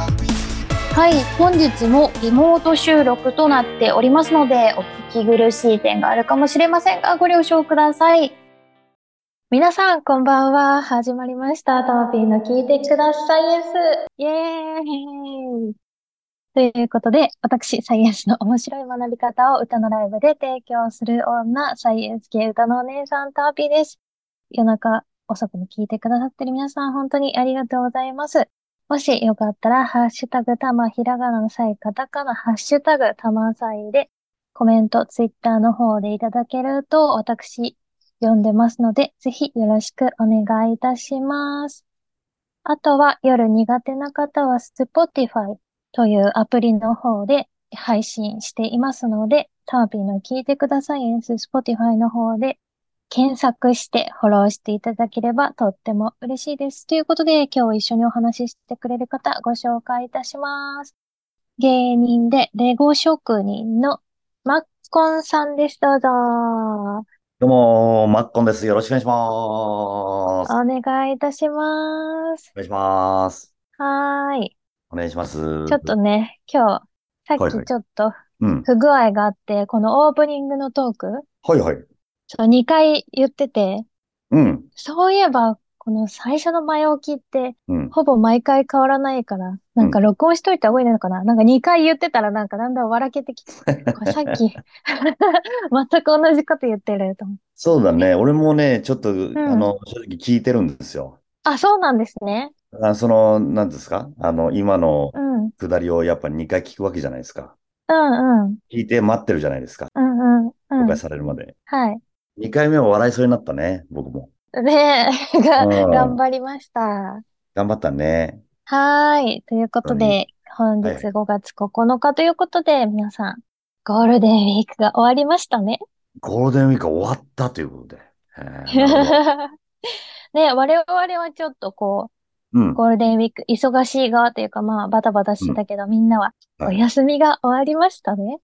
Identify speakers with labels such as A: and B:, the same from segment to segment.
A: はい、本日もリモート収録となっておりますので、お聞き苦しい点があるかもしれませんが、ご了承ください。皆さん、こんばんは。始まりました。トマピーの聞いてくださいエス。イエーイということで、私、サイエンスの面白い学び方を歌のライブで提供する女、サイエンス系歌のお姉さん、ターピーです。夜中遅くに聞いてくださってる皆さん、本当にありがとうございます。もしよかったら、ハッシュタグたまひらがなの際、カタカナ、ハッシュタグたまさいで、コメント、ツイッターの方でいただけると、私、読んでますので、ぜひよろしくお願いいたします。あとは、夜苦手な方は、Spotify というアプリの方で配信していますので、ターピーの聞いてくださいエンス Spotify の方で検索してフォローしていただければとっても嬉しいです。ということで、今日一緒にお話ししてくれる方ご紹介いたします。芸人でレゴ職人のマッコンさんです。どうぞ。
B: どうもー、マッコンです。よろしくお願いします。お
A: お願いいたします。
B: 願いします。
A: はーい。
B: お願いします。
A: ちょっとね、今日、さっ
B: はいは
A: き
B: い
A: ちょっと
B: うん。
A: 不具合があって、このオープニングのトーク、
B: はいはい。
A: ちょっと2回言ってて、
B: うん。
A: そういえば、この最初の前置きって、
B: うん。
A: ほぼ毎回変わらないから、なんか録音しといた方がいいのかな、なんか2回言ってたらなんかだんだん笑けて きて、これさっき、 全く同じこと言ってると思う。
B: そうだね。俺もね、ちょっと、あの、正直聞いてるんですよ。
A: あ、そうなんですね。
B: あ、その、なんですかあの、今の
A: うん。うん
B: くだりをやっぱ2回聞くわけじゃないですか。
A: うん。
B: 聞いて待ってるじゃないですか。
A: うんうんう
B: 公
A: ん。
B: 開されるまで。
A: はい。
B: 2回目は笑いそうになったね、僕も。
A: ねえ、 が、
B: うん
A: 頑張りました。
B: 頑張ったね。
A: はーい。ということで、本日
B: はい
A: 5月9日ということで、皆さん、ゴールデンウィークが終わりましたね。
B: ゴールデンウィークが終わったということで。えーな るほど
A: ね、我々はちょっとこ
B: うん
A: う、。ゴールデンウィーク忙しい側というか、まあ、バタバタしてたけど、みんなは
B: はい
A: お休みが終わりましたね。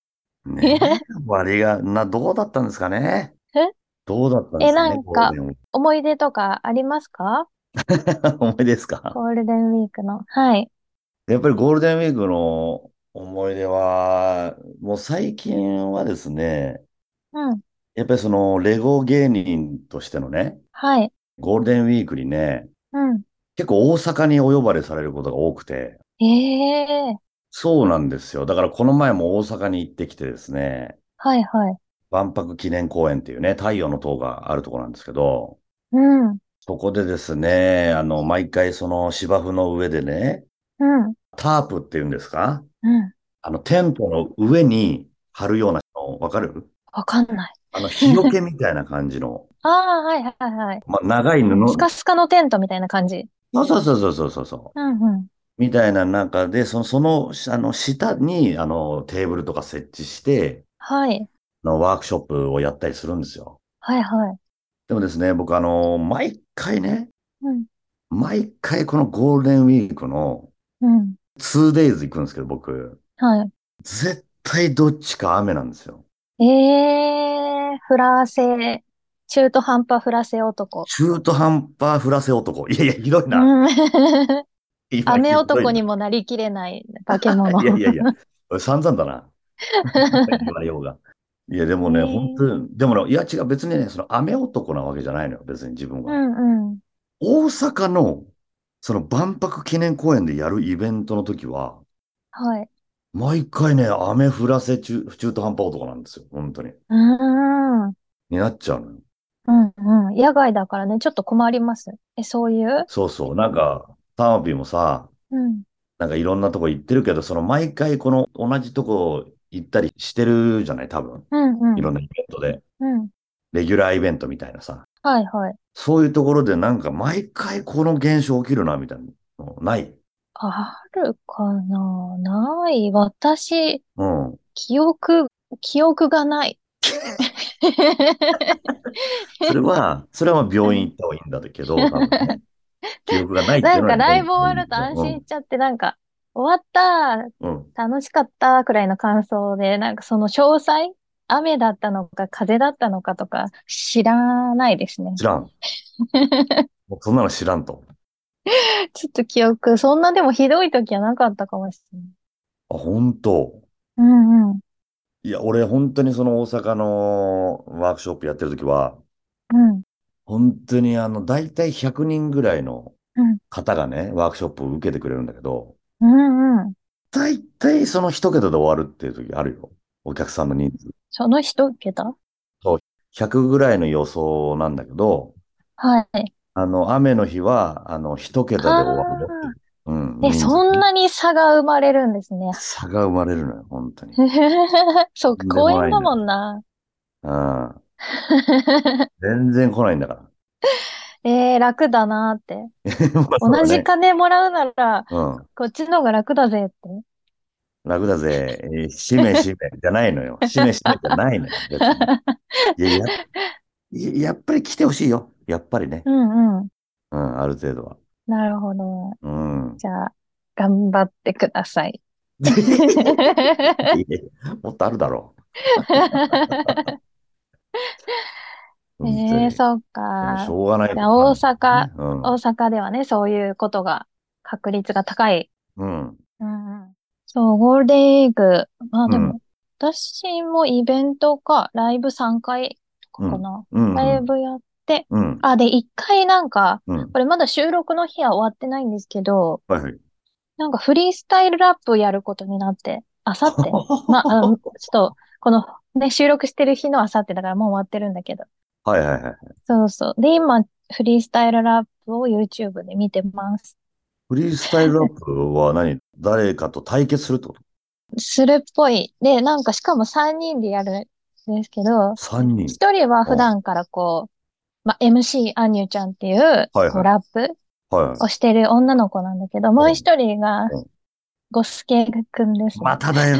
B: ねえ、割が、な、どうだったんですかね。
A: え
B: どうだったんですかね、
A: えなんか
B: ゴール
A: 思い出とかありますか
B: デンウィーク 思い出ですか
A: ゴールデンウィークの。はい。
B: やっぱりゴールデンウィークの思い出は、もう最近はですね、
A: うん。
B: やっぱりそのレゴ芸人としてのね、
A: はい。
B: ゴールデンウィークにね、
A: うん。
B: 結構大阪にお呼ばれされることが多くて、
A: ええ
B: そうなんですよ。だからこの前も大阪に行ってきてですね、
A: はいはい。
B: 万博記念公園っていうね、太陽の塔があるところなんですけど、
A: うん。
B: そこでですね、あの、毎回その芝生の上でね、
A: うん。
B: タープっていうんですか
A: うん。
B: あの、テントの上に貼るようなの、わかる
A: わかんない。
B: あの、日よけみたいな感じの、
A: ああ、はいはいはい。
B: ま、長い布。
A: スカスカのテントみたいな感じ。
B: そうそうそうそうそうそう。
A: うんうん。
B: みたいな中で、その、その、あの、下に、あの、テーブルとか設置して、
A: はい。
B: あのワークショップをやったりするんですよ。
A: はいはい。
B: でもですね、僕あの、毎回ね、
A: うん。
B: 毎回このゴールデンウィークの
A: うん。
B: 2days 行くんですけど、僕。
A: はい。
B: 絶対どっちか雨なんですよ。
A: ええー、フラセ、中途半端フラセ男。
B: 中途半端降らせ男。いやいや、ひどいうな。
A: ん。
B: 今
A: 雨男に
B: ひ
A: もなりきれない化け
B: ど
A: 物。
B: いな。いやいやいや、俺散々だな。 言われようが。いや、でもね、
A: ねえ
B: 本当にでもね、いや違う、別にね、その雨男なわけじゃないのよ、別に自分
A: う
B: は。
A: んうん。
B: 大阪の、その万博記念公園でやるイベントの時は、
A: はい。
B: 毎回ね、雨降らせ中、中途半端男なんですよ、本当に。
A: うーん。うん
B: になっちゃうのよ。
A: うん。野外だからね、ちょっと困ります。え、そういう
B: そうそう、なんか、ターピーもさ、
A: うん。
B: なんかいろんなとこ行ってるけど、その毎回この同じとこ行ったりしてるじゃない、多分。
A: うんうん。
B: いろんなイベントで。
A: うん。
B: レギュラーイベントみたいなさ。
A: はいはい。
B: そういうところでなんか毎回この現象起きるな、みたいなのない。
A: あるかなない。私、
B: うん。
A: 記憶、記憶がない。
B: そ れは、それはまあ病院行った方がいいんだけど、多分ね。記憶がないってい
A: な
B: うんの
A: か
B: は
A: ライブ終わると安心しちゃって、なんか、終わった、
B: うん。うん
A: 楽しかった、くらいの感想で、なんかその詳細、雨だったのか、風だったのかとか、知らないですね。
B: 知らん。もうそんなの知らんと。
A: ちょっと記憶、そんなでもひどい時はなかったかもしれない。
B: あ、本当。
A: うんうん。
B: いや、俺、本当にその大阪のワークショップやってるときは、
A: うん。
B: 本当にあの、大体100人ぐらいの
A: うん
B: 方がね、ワークショップを受けてくれるんだけど、
A: うんうん。
B: 大体その一桁で終わるっていう時あるよ。お客さんの人数。
A: その一桁
B: 100ぐらいの予想なんだけど、
A: はい。
B: あの、雨の日は、あの、一桁で終わるよっていう。うん。
A: え、
B: 人数
A: そんなに差が生まれるんですね。
B: 差が生まれるのよ、本当に。
A: そうか、公園だもんな。
B: うん。 全然来ないんだか
A: えー、楽だなーって。
B: ら。まあ そ
A: 同
B: うだ
A: じ
B: ね
A: 金もらうなら、
B: うん。
A: こっちの方が楽だぜって。
B: 楽だぜ。えーしめしめじゃないのよ。しめしめじゃないのよ。別にいややややっぱり来てほしいよ。やっぱりね
A: う。んうん。
B: うん、ある程度は。
A: なるほど。
B: うん。
A: じゃあ、頑張ってください。
B: いやもっとあるだろう。本当
A: え
B: に
A: えそう
B: でも
A: か
B: し。ょうがない
A: じゃあ大阪
B: ねうん
A: 大阪ではね、そういうことが、確率が高い。
B: うん。
A: うんうん。そう、ゴールデンウィーク。まあで
B: う
A: も、私もイベントか、ライブ3回かな。
B: うん。
A: ライブやって、
B: うん。
A: あ、で、1回なんか、
B: うん。
A: これまだ収録の日は終わってないんですけど、
B: はいはい。
A: なんかフリースタイルラップやることになって、あさ って。まあ、あの、ちょっと、この、ね、収録してる日のあさってだからもう終わってるんだけど。
B: はいはいはい。
A: そうそう。で、今、フリースタイルラップを YouTube で見てます。
B: フリースタイルアップは何誰かと対決するってこと
A: するっぽい。で、なんかしかも3人でやるんですけど、
B: ?3 人。
A: 1人は普段からこう、まあ、MC アンニュちゃんっていう、
B: はいはい
A: こうラップ
B: はいはい。
A: をしてる女の子なんだけど、もう1人が
B: うん、
A: ゴスケくんですね。
B: まただよ。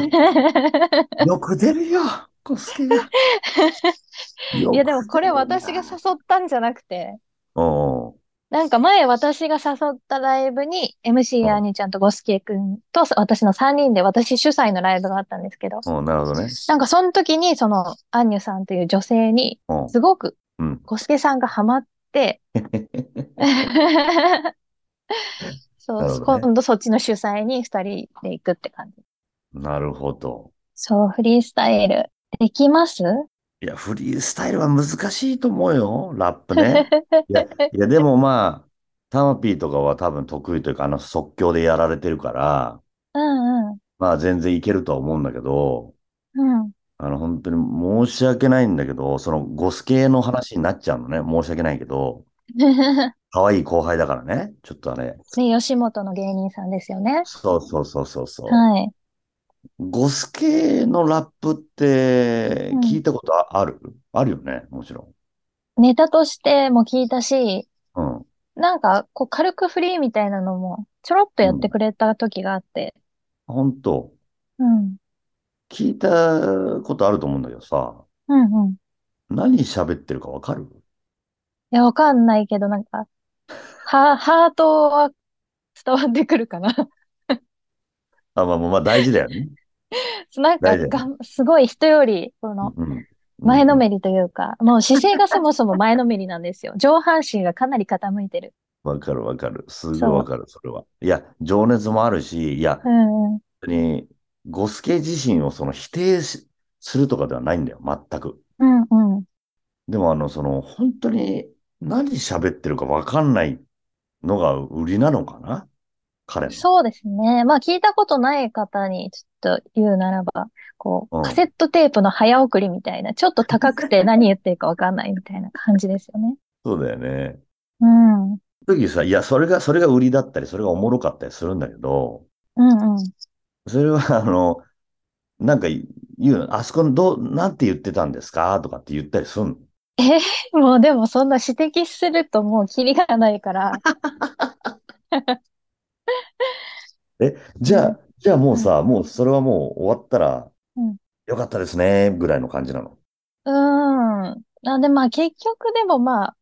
B: よく出るよ。コスケが。
A: いや、でもこれ私が
B: さ。
A: 誘ったんじゃなくて、
B: うんうん。
A: なんか前私が誘ったライブに MC アニーちゃんとゴスケくんと私の3人で私主催のライブがあったんですけど、
B: うん、なるほどね。
A: なんかその時にそのアンニュさんという女性に
B: うん。
A: すごく
B: うん
A: ゴスケさんがハマって、そ
B: な
A: う、
B: るほどね
A: 今度そっちの主催に2人で行くって感じ。
B: なるほど。
A: そう、フリースタイルできます
B: いや、フリースタイルは難しいと思うよ。ラップね。いや、いやでもまあ、タマピーとかは多分得意というか、あの即興でやられてるから、
A: うんうん。
B: まあ全然いけるとは思うんだけど、
A: うん。
B: あの本当に申し訳ないんだけど、そのゴス系の話になっちゃうのね。申し訳ないけど、可愛い後輩だからね。ちょっとあれ。
A: ね、吉本の芸人さんですよね。
B: そうそうそうそうそう。
A: はい。
B: ゴス系のラップって
A: うん
B: 聞いたことあある、あるよね、もちろ
A: ネタとしても聞いたし、
B: ん。うん。
A: なんか、こう、軽くフリーみたいなのも、ちょろっとやってくれた時があって。
B: 本当
A: うん。
B: 聞いたことあると思うんだけどさ、
A: うんうん。い
B: 何喋ってるかわかる
A: や、わかんないけど、なんか、は、ハートは伝わってくるかな。
B: あ、まあまあまあ大事だよね。
A: なんか
B: 大丈夫
A: がん、すごい人より、この、
B: うん。
A: 前のめりという か、もう姿勢がそもそも前のめりなんですよ。上半身がかなり傾いてる。
B: わかるわかる。すごい
A: そう
B: わかる、それは。いや、情熱もあるし、いや、
A: う
B: 本
A: んうん。
B: 当に、ゴスケ自身をその否定しするとかではないんだよ、全く。
A: うんうん。
B: でもあの、その、本当に何喋ってるかわかんないのが売りなのかな彼の。
A: そうですね。まあ、聞いたことない方にちょっと言うならば、こ
B: う
A: う、
B: ん
A: カセットテープの早送りみたいな、ちょっと高くて何言ってるかわかんないみたいな感じですよね。
B: そうだよね。
A: うん。うん
B: 時さ、いや、それが、それが売りだったり、それがおもろかったりするんだけど、
A: うん。
B: それは、あの、なんか言うの、あそこのどう、なんて言ってたんですかとかって言ったりすんの。
A: もうでもそんな指摘するともうキリがないから、う
B: じゃ
A: ん
B: あ、じゃあもうさ、もうそれはもう終わったら
A: うん、
B: よかったですね、ぐらいの感じなの。
A: うん。なんでまあ結局でもまあ、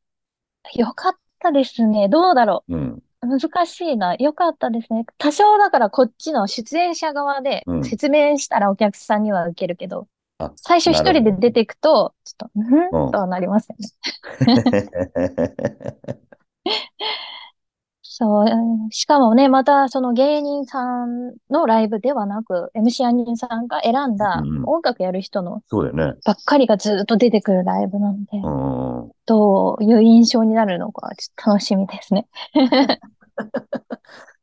A: よかったですね。どうだろ
B: うん、
A: う。難しいな。よかったですね。多少だからこっちの出演者側で
B: うん
A: 説明したらお客さんには受けるけど、
B: あ
A: 最初一
B: なる
A: 人
B: ほど
A: で出てくと、ちょっと、うん
B: うん
A: とはなりますよね。そう、うんしかもね、またその芸人さんのライブではなく、MC アニンさんが選んだ
B: うんうん
A: 音楽やる人の
B: そうだよね。
A: ばっかりがずっと出てくるライブなんで、
B: うん。
A: どういう印象になるのか、ちょっと楽しみですね。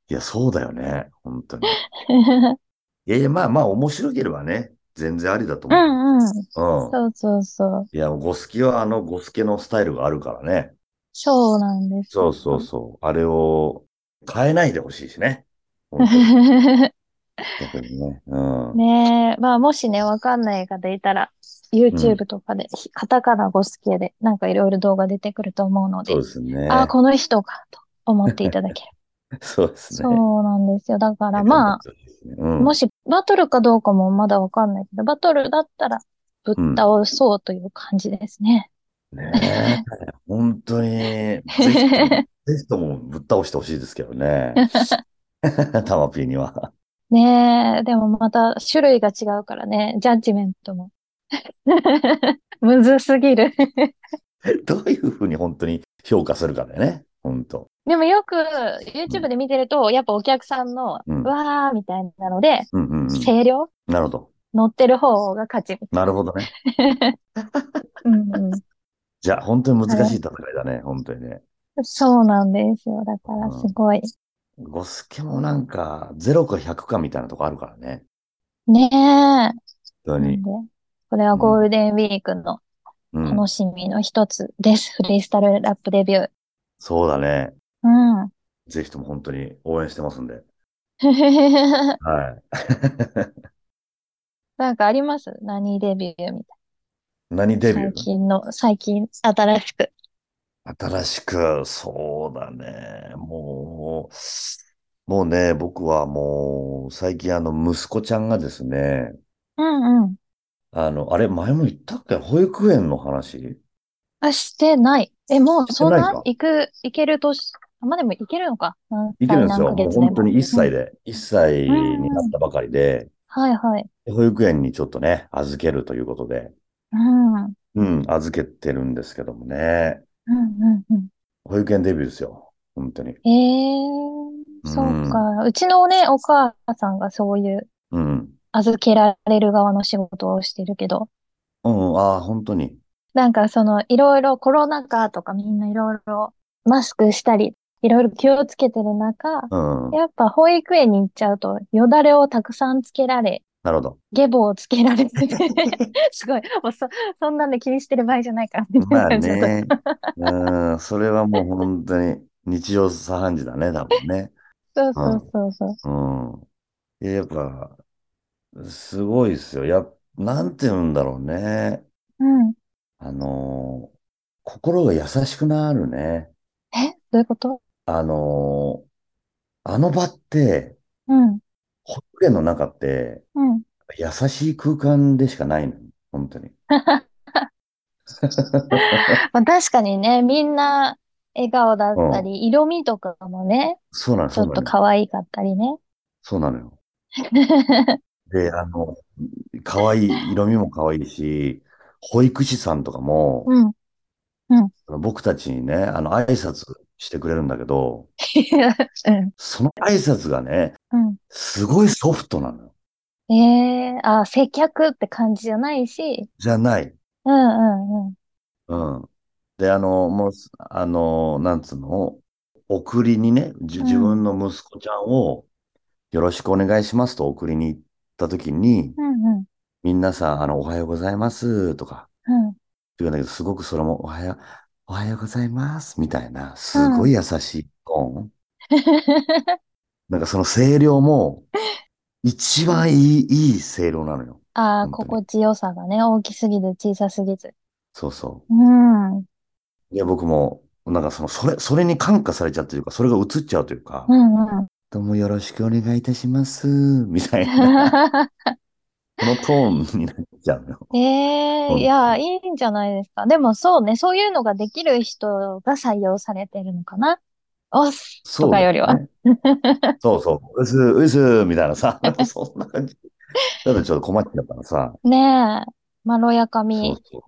B: いや、そうだよね。本当に。 いやいや、まあまあ、面白ければね、全然ありだと
A: う
B: 思う。
A: んうん。
B: うん。
A: そうそうそう。
B: いや、ゴスケはあのゴスケのスタイルがあるからね。
A: そうなんです。
B: そうそうそう。あれを変えないでほしいしね。本当に逆にね。うん。
A: ねえ、まあもしね、わかんない方いたら、YouTube とかで、ひカタカナゴスケで、なんかいろいろ動画出てくると思うので
B: そう、ですね。
A: ああ、この人か、と思っていただければ。
B: そうですね。
A: そうなんですよ。だからまあ、
B: うん、
A: もしバトルかどうかもまだわかんないけど、バトルだったら、ぶっ倒そうという感じですね。
B: ねえ本当 に、ぜひともぜひともぶっ倒してほしいですけ どね。タマピーには。
A: ねえ、でもまた種類が違うからね、ジャッジメントも。 むずすぎる。
B: どういうふうに本当に評価するかだよね。本当。
A: でもよく YouTube で見てると、やっぱお客さんの、
B: うん
A: わーみたいなので、
B: うんうんうん。
A: 声量
B: なるほど。
A: 乗ってる方が勝ちみたい
B: なるほどね。
A: うんうん
B: じゃあ、本当に難しい戦いだね。本当にね。
A: そうなんですよ。だからすごい。
B: ゴスケもなんか、0か100かみたいなとこあるからね。
A: ねえ。なん
B: 本当
A: で
B: に。、
A: これはゴールデンウィークの
B: うん。
A: 楽しみの一つです。フリースタイルラップデビュー。
B: そうだね。
A: うん。
B: ぜひとも本当に応援してますんで。はい。
A: なんかあります何デビューみ
B: 何
A: た
B: デ
A: い
B: ビュ
A: な。最
B: ー
A: 近の、最近新しく。
B: 新しく、そうだね。もう、もうね、僕はもう、最近あの、息子ちゃんがですね、
A: うんうん。
B: あの、あれ、前も言ったっけ保育園の話
A: あ、してない。え、もうそん
B: してない
A: な
B: か
A: 行く、行ける年、あまあ、でも行けるのか。何
B: いけ
A: 歳
B: るんですよ。
A: 何ヶ
B: もう
A: 月で
B: 本当
A: も。
B: に1歳で、1歳になったばかりで、
A: はいはい。
B: 保育園にちょっとね、預けるということで、
A: うん。うん
B: うん、預けてるんですけどもね、
A: うんうん。
B: 保育園デビューですよ。本当に。
A: ええそうか。うちのね、お母さんがそういう
B: うん。
A: 預けられる側の仕事をしてるけど、
B: うん、ああ、本当に。
A: なんかそのいろいろコロナ禍とかみんないろいろマスクしたり、いろいろ気をつけてる中、
B: うん、
A: やっぱ保育園に行っちゃうとよだれをたくさんつけられ、
B: なる ほど。
A: 下ボをつけら れて、すごい、もうそ、そんなんで気にしてる場合じゃないから、み
B: まあ
A: たいな感じだっ
B: ね。うん、それはもう本当に日常茶飯事だね、多分ね。
A: た。そうそうそうそう。
B: うん。いや、やっぱ、すごいですよ。やっ、なんて言うんだろうね。
A: うん。
B: あのー心が優しくなるね。
A: え、どういうこと
B: あのーあの場って、
A: うん、
B: 保育園の中って、
A: うん。
B: 優しい空間でしかないのよ。本当に。
A: まあ、確かにね、みんな笑顔だったり、色味とかもね、
B: そうなの、
A: ち
B: そう
A: ょっ
B: な
A: と
B: のよ。
A: 可愛かったりね。
B: そうなのよ。で、あの、可愛い、色味も可愛いし、保育士さんとかも、
A: うん。
B: あの僕たちにね、あの、挨拶してくれるんだけど、
A: うん
B: その挨拶がね、すごいソフトなのよ。
A: うん。ええあ、接客って感じじゃないし、
B: じゃない。
A: うんうんうん。
B: うん。で、あの、もう、あの、なんつうの、送りにね、じ
A: うん
B: 自分の息子ちゃんを、よろしくお願いしますと送りに行った時に、
A: うんうん。
B: みんなさ、あの、おはようございますとか、
A: うん。
B: って言うんだけど、すごくそれも、おはよう、おはようございます、みたいな、すごい優しいトーン。なんかその声量も、一番いい、いい声量なのよ。
A: ああ、
B: 本当に
A: 心地よさがね、大きすぎず小さすぎず。
B: そうそ
A: うん。うん
B: う。で、僕も、なんかその、それ、それに感化されちゃうというか、それが映っちゃうというか、
A: うん。
B: どうもよろしくお願いいたします、みた いな、このトーンになっちゃうのよ。
A: え え
B: うん
A: いや、いいんじゃないですか。でもそうね、そういうのができる人が採用されてるのかな。おっす
B: そう
A: とか
B: だ
A: よりは。
B: ね。そうそう。うす、うす、みたいなさ、 なんかそ んな感じ。ただちょっと困っちゃったらさ、
A: ねえ、まろやか
B: そう
A: み。
B: そう。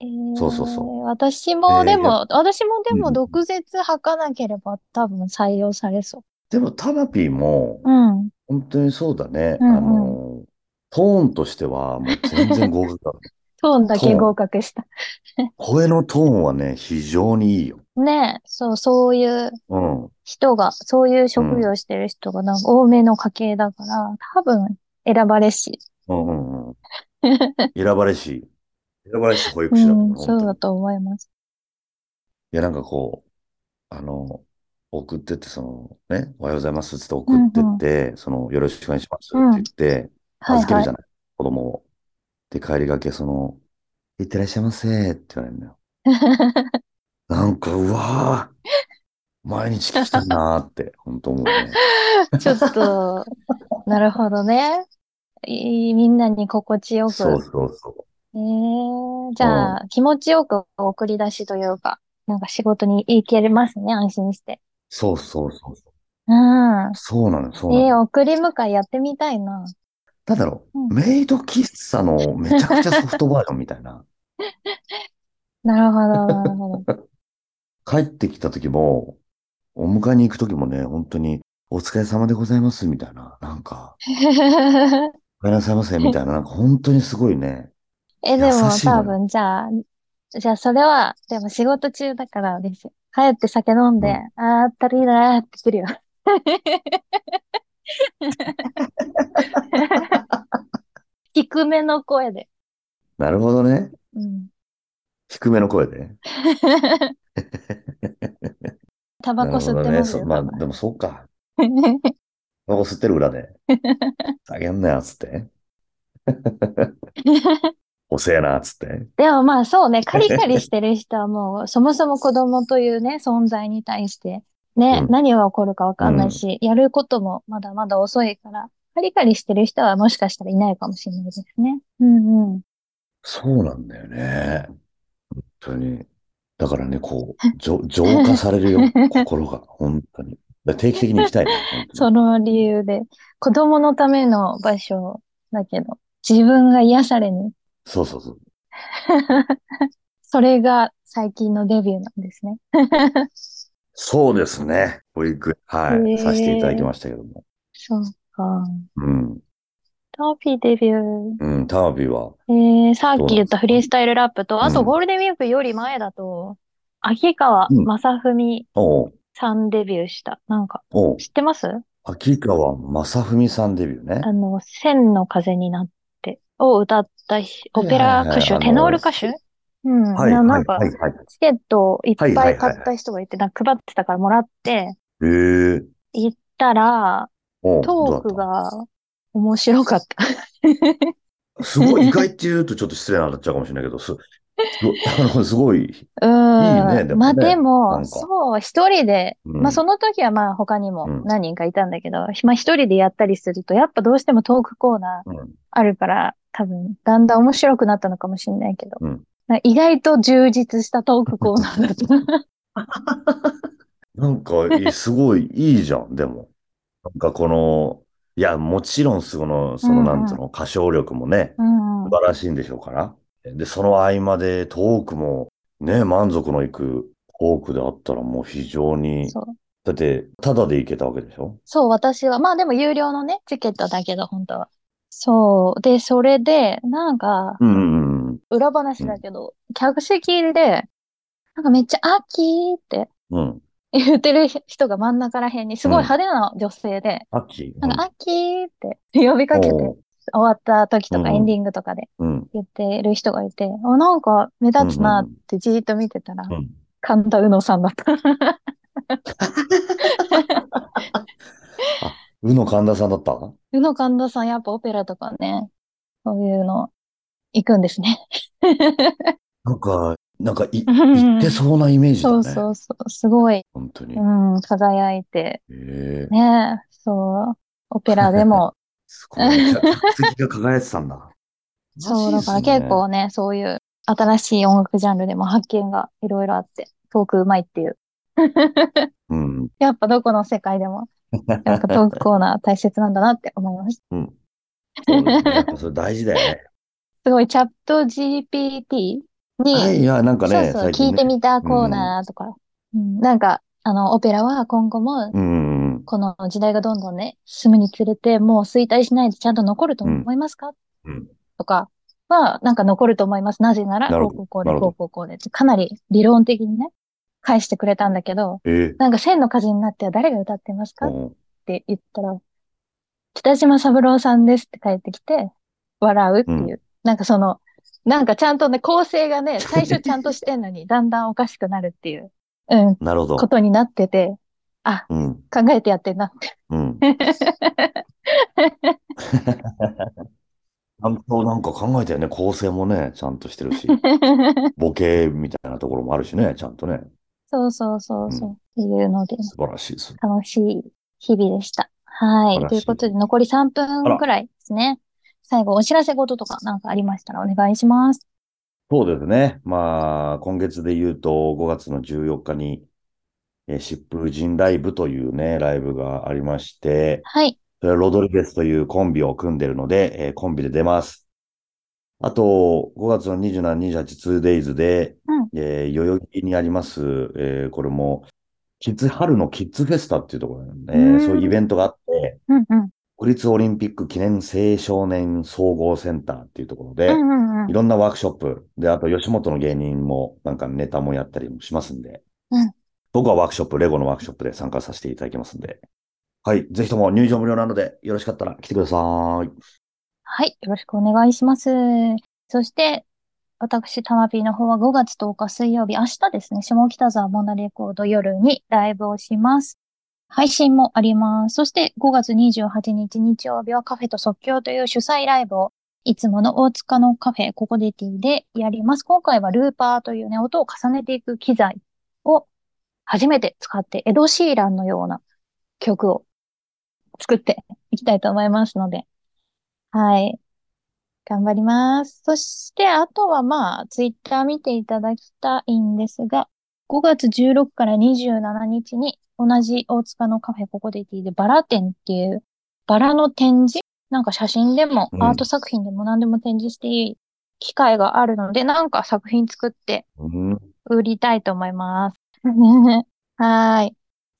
A: えー
B: そうそうそ
A: 私
B: え
A: も
B: ー
A: で
B: や
A: も、私もでも
B: うん
A: 毒舌吐かなければ多分採用されそ
B: でも、タナピーも、
A: う。うん。
B: 本当にそうだね。
A: うんうん
B: あの、トーンとしては、もう全然合格だ。
A: トーンだけ
B: トーン
A: 合格した。
B: 声のトーンはね、非常にいいよ。
A: ねえ、そう、そういう
B: うん。
A: 人が、そういう職業してる人がなんか多めの家系だから、多分選ばれし。
B: うんう んうん。選ばれし、選ばれし保育
A: う
B: 士だもん、
A: ん、
B: 本
A: そう
B: 当
A: だ
B: に。い
A: と思います。
B: や、なんかこう、あの、送ってって、その、ね、おはようございますっつって送ってって、その、よろしくお願いしますって言って、
A: はい
B: 預け
A: は
B: る
A: い
B: じゃ。ない、子供を。で、帰りがけ、その、いってらっしゃいませって言われるのよ。なんか、うわぁ、毎日聞きたいなーって、本当思う ね。
A: ちょっと、なるほどね。いいみんなに心地よく。
B: そうそうそ
A: えー、じゃあ、気持ちよく送り出しというか、なんか仕事に行けますね、安心して。
B: う。そうそうそうそ
A: う
B: う。
A: ん。
B: そうなのよ、そうなの
A: えー、
B: よ。
A: 送り迎えやってみたいな。
B: なんだろ
A: う
B: う、
A: ん
B: メイド喫茶のめちゃくちゃソフトバージョンみたいな。
A: なるほど、なるほど。
B: 帰ってきた時も、お迎えに行く時もね、本当に、お疲れ様でございます、みたいな。なんか、 お帰りなさいませ、みたいな。なんか本当にすごいね。
A: え、で
B: 優
A: も
B: しいの
A: 多
B: よ
A: 分、じゃあ、じゃあそれは、でも仕事中だからですよ。帰って酒飲んで、
B: うん
A: あーあったりーだーってくるよ。低めの声で。
B: なるほどね。
A: うん。
B: 低めの声で。
A: タバコ
B: なるほ
A: 吸
B: ど
A: って
B: ね。
A: ます
B: そ
A: よ。
B: まあ、でもそうか。
A: 多分
B: タバコ吸ってる 裏で。あげんなよ、つって。遅えな、つって。
A: でもまあそうね、カリカリしてる人はもう、そもそも子供という ね、存在に対して、ね、
B: うん
A: 何が起こるかわかんないし、やることもまだまだ遅いから、カリカリしてる人はもしかしたらいないかもしれないですね。うんうん。
B: そうなんだよね。本当に。だからね、こう、 じょ浄化されるよ、心が。本当に。だから定期的に行き たいね。本当
A: そ
B: に
A: の理由で、子供のための場所だけど、自分が癒されに、
B: そうそうそう。
A: それが最近のデビューなんですね。
B: そうですね。保育園、はい、
A: へー
B: させていただきましたけども。
A: そうか。
B: うん。
A: トピーデビュー。
B: うん、タービーは。
A: えー、さっき言ったフリースタイルラップと、あと
B: うん
A: ゴールデンウィークより前だと、秋川
B: うん
A: 正文
B: おう、
A: さんデビューした。なんか、
B: おう、
A: 知ってます
B: 秋川正文さんデビューね。
A: あの、千の風になってを歌ったしオペラ歌手、
B: はいはいはい
A: テノール
B: あの
A: 歌手うん、
B: はい、
A: な
B: は
A: なん
B: い、
A: か
B: は、い、はい。
A: チケットをいっぱ
B: はいはいはいいは
A: 買
B: い
A: った人がいて、なんか配ってたからもらって、
B: ええ
A: 行ったら、
B: おう、
A: トー
B: どうだった
A: クが面白かった。
B: すごい、意外って言うとちょっと失礼になっちゃうかもしれないけど、す、すごい、 あの、すご
A: う
B: い、
A: ーん。
B: いいねでもね
A: まあで
B: な
A: も、
B: んか
A: そう、一人で、
B: うん
A: まあその時はまあ他に
B: う
A: も
B: ん
A: 何人かいたんだけど、まあ一人でやったりすると、やっぱどうしてもトークコーナー
B: うん、
A: あるから、多分、だんだん面白くなったのかもしれないけど、
B: うん
A: なんか意外と充実したトークコーナーだ った。
B: なんか、いいすごいいいじゃん、でも。なんかこの、いや、もちろん、その、その、
A: うんうん
B: なんつうの、歌唱力もね、
A: うんうん
B: 素晴らしいんでしょうから。で、その合間でトークも、ね、満足のいくトークであったらもう非常に、
A: そう。
B: だって、ただでいけたわけでしょ
A: そう、私は。まあでも有料のね、チケットだけど、本当は。そう。で、それで、なんか、
B: うんうんうん
A: 裏話だけど、客席で、なんかめっちゃ、アッキーって、
B: うん。うん。
A: 言ってる人が真ん中らへんに、すごい派手な女性で、
B: アッキー。
A: なんか、アッキーって 呼びかけて、終
B: おう
A: わった時とか
B: うん
A: エンディングとかで
B: うん。
A: 言ってる人がいて、あ、なんか目立つなってじーっと見てたら、
B: うん。
A: 神田うのさんだった。
B: うの神田さんだったう
A: うの神田さん、やっぱオペラとかね、そういうの、行くんですね。
B: なんか、なんかい、
A: うんうん
B: 行ってそうなイメージだ
A: そ
B: ね。
A: うそうそう、すごい、
B: 本当に。
A: う
B: へ
A: ん、輝いて、
B: え
A: ね、そう、オペラで も、
B: すごい。客席が輝いてたんだ。
A: そう、
B: マ
A: だか
B: ジっ
A: ら
B: すね
A: 結構ね、そういう新しい音楽ジャンルでも発見がいろいろあって、トークうまいっていう。
B: うん。
A: やっぱどこの世界でも、なんかトークコーナー大切なんだなって思いました。
B: うん。そうだねやっぱそれ大事だよね。
A: すごい、チャット GPT に、
B: はい、いや、なんか
A: そ
B: ね、
A: うそう、
B: 最近
A: 聞いて
B: ね。
A: みたコーナーとか、うんなんか、あの、オペラは今後も、
B: うんうん
A: この時代がどんどんね、進むにつれて、もう衰退しないでちゃんと残ると思いますか、
B: うん
A: とかは、なんか残ると思います。なぜなら、
B: な
A: こ
B: るほ
A: う
B: ど
A: こうこう
B: な
A: で、
B: る
A: こ
B: ほど
A: うこうこうでって、かなり理論的にね、返してくれたんだけど、
B: うん。え
A: なんか千の風になっては誰が歌ってますか
B: ー、
A: っ
B: うん
A: て言ったら、北島三郎さんですって返ってきて、笑うっていう。
B: う
A: なんかその、なんかちゃんとね、構成がね、最初ちゃんとしてんの に、だんだんおかしくなるっていう、うん、
B: なるほど
A: こ。とになってて、あ、
B: うん、
A: 考えてやってんな って。
B: うん。ちゃんとなんか考えたよね。構成もね、ちゃんとしてるし、ボケみたいなところもあるしね、ちゃんとね。
A: そうそうそうそう。っていうので、
B: 素晴らしいです。
A: 楽しい日々でした。は
B: 素晴
A: い。
B: らしい
A: ということで、残り3
B: あ
A: 分
B: ら
A: くらいですね。最後、お知らせ事とかなんかありましたらお願いします。
B: そうですね。まあ、今月で言うと、5月の14日に、えー疾風陣ライブというね、ライブがありまして、
A: はい。
B: それはロドリゲスというコンビを組んでるので、えーコンビで出ます。あと、5月の27、28、2days で、
A: うん
B: えー代々木にあります、えーこれも、キッズ、春のキッズフェスタっていうところ、ねえー
A: うん
B: そういうイベントがあって、
A: うんうん。
B: 国立オリンピック記念青少年総合センターっていうところ
A: う
B: で、
A: んうんうん
B: い。ろんなワークショップ、で、あと吉本の芸人も、なんかネタもやったりもしますんで、
A: うん
B: 僕はワークショップ、レゴのワークショップで参加させていただきますんで、はい、ぜひとも入場無料なので、よろしかったら来てください。
A: はい。よろしくお願いします。そして、私、たまぴーの方は5月10日水曜日、明日ですね、下北沢モナレコード夜にライブをします。配信もあります。そして5月28日日曜日はカフェと即興という主催ライブをいつもの大塚のカフェ、ココデティでやります。今回はルーパーというね、音を重ねていく機材を初めて使って、エド・シーランのような曲を作っていきたいと思いますので、はい。頑張ります。そして、あとはまあ、ツイッター見ていただきたいんですが、5月16から27日に、同じ大塚のカフェココデティでバラ展っていう、バラの展示なんか写真でも
B: うん
A: アート作品でも何でも展示していい機会があるので、なんか作品作って
B: うん、
A: 売りたいと思います。 はーい。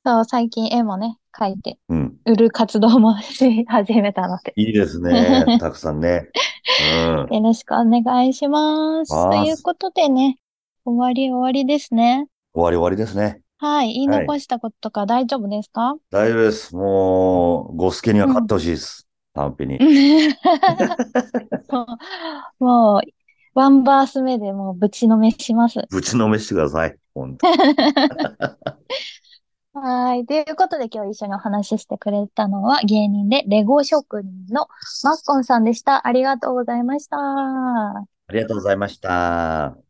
A: そう、最近絵もね、描いて
B: うん、
A: 売る活動もし始めたので、
B: いいです ね。たくさんね。うん。
A: よろしくお願いします。
B: ま
A: と
B: す
A: いうことでね、終わり終わりですね。
B: 終わり終わりですね。
A: はい、言い
B: はい
A: 残したこととか大丈夫ですか、
B: 大丈夫です。もう、ゴスケには勝ってほしいです。単品に。
A: もう、もう、ワンバース目でもうぶちのめします。
B: ぶちのめしてください。本当。
A: はい。ということで今日一緒にお話ししてくれたのは芸人でレゴ職人のマッコンさんでした。ありがとうございました。
B: ありがとうございました。